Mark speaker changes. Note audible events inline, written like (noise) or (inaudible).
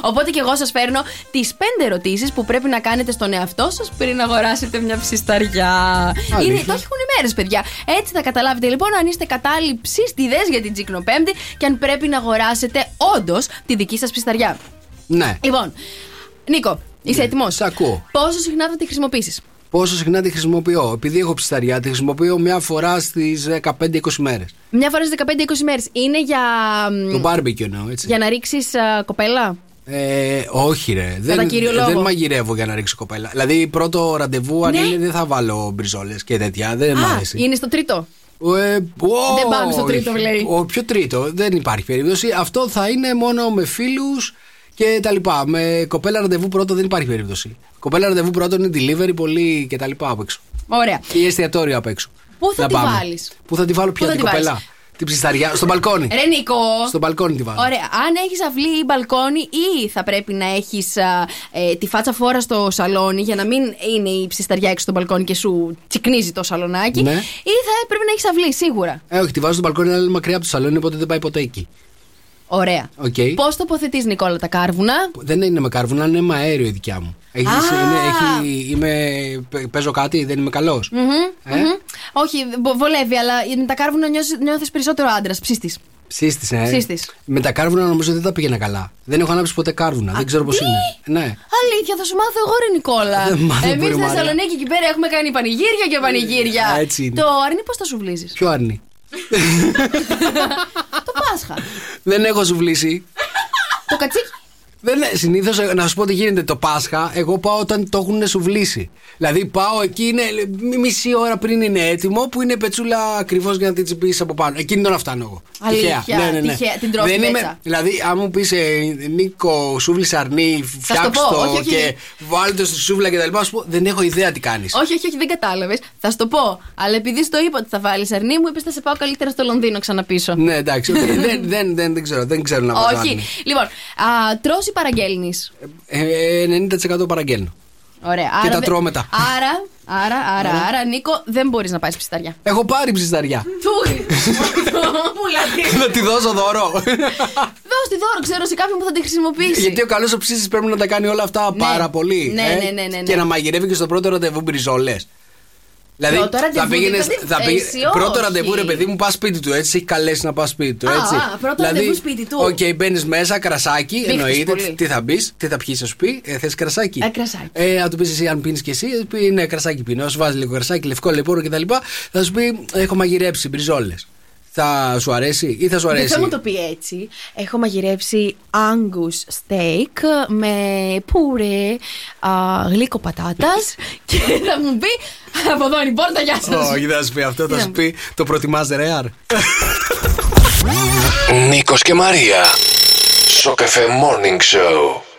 Speaker 1: Οπότε και εγώ σας φέρνω τις πέντε ερωτήσεις που πρέπει να κάνετε στον εαυτό σας πριν αγοράσετε μια ψισταριά. Είναι, το έχουν οι μέρες, παιδιά. Έτσι θα καταλάβετε λοιπόν αν είστε κατάλληλοι ψιστιδές για την Τζικνοπέμπτη και αν πρέπει να αγοράσετε όντως τη δική σας ψισταριά.
Speaker 2: Ναι.
Speaker 1: Λοιπόν, Νίκο, είσαι
Speaker 2: Ναι,
Speaker 1: έτοιμος.
Speaker 2: σ' ακούω.
Speaker 1: Πόσο συχνά θα τη χρησιμοποιήσεις.
Speaker 2: Πόσο συχνά τη χρησιμοποιώ. Επειδή έχω ψισταριά, τη χρησιμοποιώ μια φορά στις 15-20 μέρες.
Speaker 1: Μια φορά στις 15-20 μέρες. Είναι για, μ,
Speaker 2: Το barbecue εννοώ, έτσι.
Speaker 1: Ναι. για να ρίξεις κοπέλα.
Speaker 2: Ε, όχι, ρε. Δεν,
Speaker 1: κύριο λόγο.
Speaker 2: δεν μαγειρεύω για να ρίξω κοπέλα. Δηλαδή, πρώτο ραντεβού, αν
Speaker 1: Ναι.
Speaker 2: είναι, δεν θα βάλω μπριζόλες και τέτοια. Δεν μ'
Speaker 1: Α,
Speaker 2: αρέσει.
Speaker 1: είναι στο τρίτο.
Speaker 2: Ε, ο-
Speaker 1: Δεν πάμε στο τρίτο, λέει.
Speaker 2: Ο, ποιο τρίτο, δεν υπάρχει περίπτωση. Αυτό θα είναι μόνο με φίλους και τα λοιπά. Με κοπέλα ραντεβού πρώτο δεν υπάρχει περίπτωση. Κοπέλα ραντεβού πρώτο είναι delivery πολύ και τα λοιπά απ' έξω.
Speaker 1: Ωραία.
Speaker 2: Ή εστιατόριο απ' έξω.
Speaker 1: Πού θα
Speaker 2: Να
Speaker 1: τη
Speaker 2: πάμε.
Speaker 1: βάλεις?
Speaker 2: Πού θα τη βάλω,
Speaker 1: θα
Speaker 2: ποια την
Speaker 1: τη βάλεις?
Speaker 2: κοπέλα. Την ψισταριά, στο μπαλκόνι.
Speaker 1: Ρε Νίκο.
Speaker 2: Στο μπαλκόνι τη βάλω.
Speaker 1: Ωραία. Αν έχεις αυλή ή μπαλκόνι, ή θα πρέπει να έχεις ε, τη φάτσα φόρα στο σαλόνι για να μην είναι η ψισταριά έξω στο μπαλκόνι και σου τσικνίζει το σαλονάκι.
Speaker 2: Ναι.
Speaker 1: Ή θα πρέπει να έχεις αυλή, σίγουρα.
Speaker 2: Ε, όχι, τη βάζω στο μπαλκόνι, αλλά είναι μακριά από το σαλόνι, οπότε δεν πάει ποτέ εκεί.
Speaker 1: Ωραία.
Speaker 2: Οκ.
Speaker 1: Πώς τοποθετείς, Νικόλα, τα κάρβουνα.
Speaker 2: Δεν είναι με κάρβουνα, είναι με αέριο η δικιά μου. Έχεις,
Speaker 1: Α!
Speaker 2: είναι, έχει, είμαι, παι- παίζω κάτι, δεν είμαι καλός. Ε,
Speaker 1: Μμμ. Όχι, μπο- βολεύει, αλλά με τα κάρβουνα νιώθεις περισσότερο άντρας, ψίστης.
Speaker 2: Ψίστης, ναι.
Speaker 1: Ψίστης.
Speaker 2: Με τα κάρβουνα νομίζω δεν τα πήγαινα καλά. Δεν έχω ανάψει ποτέ κάρβουνα. δεν ξέρω πώς
Speaker 1: τι?
Speaker 2: είναι. Ναι. Ε,
Speaker 1: Αλήθεια, θα σου μάθω εγώ, ρε Νικόλα.
Speaker 2: Δεν μάθω,
Speaker 1: Εμεί
Speaker 2: βρε,
Speaker 1: στη
Speaker 2: Μαρία.
Speaker 1: Θεσσαλονίκη εκεί πέρα έχουμε κάνει πανηγύρια και πανηγύρια.
Speaker 2: Ε, έτσι είναι.
Speaker 1: Το αρνί πώς θα σου
Speaker 2: (laughs)
Speaker 1: βλύζεις.
Speaker 2: Ποιο αρνεί.
Speaker 1: το Πάσχα.
Speaker 2: δεν έχω σουβλήσει.
Speaker 1: το κατσίκι.
Speaker 2: Δεν, ναι, συνήθως, ε, να σου πω τι γίνεται το Πάσχα, εγώ πάω όταν το έχουν σουβλήσει. Δηλαδή πάω εκεί, είναι μι- μισή ώρα πριν είναι έτοιμο, που είναι πετσούλα ακριβώς για να την τσιμπήσεις από πάνω. Εκείνη τώρα φτάνω εγώ.
Speaker 1: Αλήθεια,
Speaker 2: Τυχαία. Ναι, ναι, ναι.
Speaker 1: τυχαία. Την τρώω
Speaker 2: Δεν
Speaker 1: την
Speaker 2: είμαι-
Speaker 1: πέτσα.
Speaker 2: Δηλαδή, αν μου πεις Νίκο, σούβλη αρνί,
Speaker 1: το πω,
Speaker 2: φτιάξτε
Speaker 1: όχι, όχι.
Speaker 2: και βάλτε το στη σούβλα κτλ. Σου πω, δεν έχω ιδέα τι κάνεις.
Speaker 1: Όχι, όχι, όχι, δεν κατάλαβες. Θα σου το πω. Αλλά επειδή στο είπα ότι θα βάλεις αρνί, μου είπες θα σε πάω καλύτερα στο Λονδίνο ξαναπίσω.
Speaker 2: Ναι,
Speaker 1: (laughs)
Speaker 2: εντάξει. οκ. δεν, δεν, δεν, δεν ξέρω, δεν ξέρω να βάζω
Speaker 1: όχι.
Speaker 2: άτομο.
Speaker 1: Λοιπόν, τρώ ή παραγγέλνεις.
Speaker 2: Ε, 90% παραγγέλνω.
Speaker 1: Ωραία. άρα
Speaker 2: τα
Speaker 1: δε-
Speaker 2: τρώω μετά.
Speaker 1: Άρα, άρα, άρα, άρα, Νίκο, δεν μπορείς να πάει ψισταριά.
Speaker 2: Έχω πάρει
Speaker 1: (laughs)
Speaker 2: ψισταριά.
Speaker 1: Του! Πουλατή.
Speaker 2: Να τη δώσω δώρο.
Speaker 1: (laughs) Δώσ' τη δώρο, ξέρω σε κάποιον που θα τη χρησιμοποιήσει.
Speaker 2: Γιατί ο καλός ψήστη πρέπει να τα κάνει όλα αυτά πάρα πολύ.
Speaker 1: Ναι,
Speaker 2: ε,
Speaker 1: ναι, ναι, ναι, ναι.
Speaker 2: Και να μαγειρεύει και στο πρώτο ραντεβού μπριζόλες.
Speaker 1: Πρώτο ραντεβού,
Speaker 2: θα πήγαινες-
Speaker 1: δηλαδή,
Speaker 2: θα πήγε-
Speaker 1: εσύ όχι.
Speaker 2: πρώτο ραντεβού, ρε παιδί μου, πας σπίτι του. Έτσι, σε έχει καλέσει να πας σπίτι του.
Speaker 1: Α,
Speaker 2: Έτσι. Δηλαδή,
Speaker 1: α, πρώτο ραντεβού σπίτι του.
Speaker 2: Οκ, μπαίνεις μέσα, κρασάκι.
Speaker 1: Μπήχτης
Speaker 2: Εννοείται
Speaker 1: πολύ.
Speaker 2: τι- τι θα μπει, τι θα πιει, θα σου πει. Ε, Θες κρασάκι.
Speaker 1: Ε, κρασάκι.
Speaker 2: Ε, αν του πεις εσύ, αν πίνεις και εσύ, ε, πει ναι, κρασάκι πίνω. Σου βάζεις λίγο κρασάκι, λευκό λεπόρο κτλ. Θα σου πει, έχω μαγειρέψει μπριζόλες. Θα σου αρέσει ή θα σου αρέσει.
Speaker 1: Δεν θα μου το πει έτσι. Έχω μαγειρέψει Angus steak με πούρε, α, γλύκο πατάτας και θα μου πει από εδώ είναι η πόρτα, γεια σας.
Speaker 2: Όχι, δεν θα σου πει αυτό, θα
Speaker 1: Τι
Speaker 2: σου
Speaker 1: να-
Speaker 2: πει το προτιμά ρεάρ.
Speaker 3: Νίκος και Μαρία. Σοκεφέ Morning Show.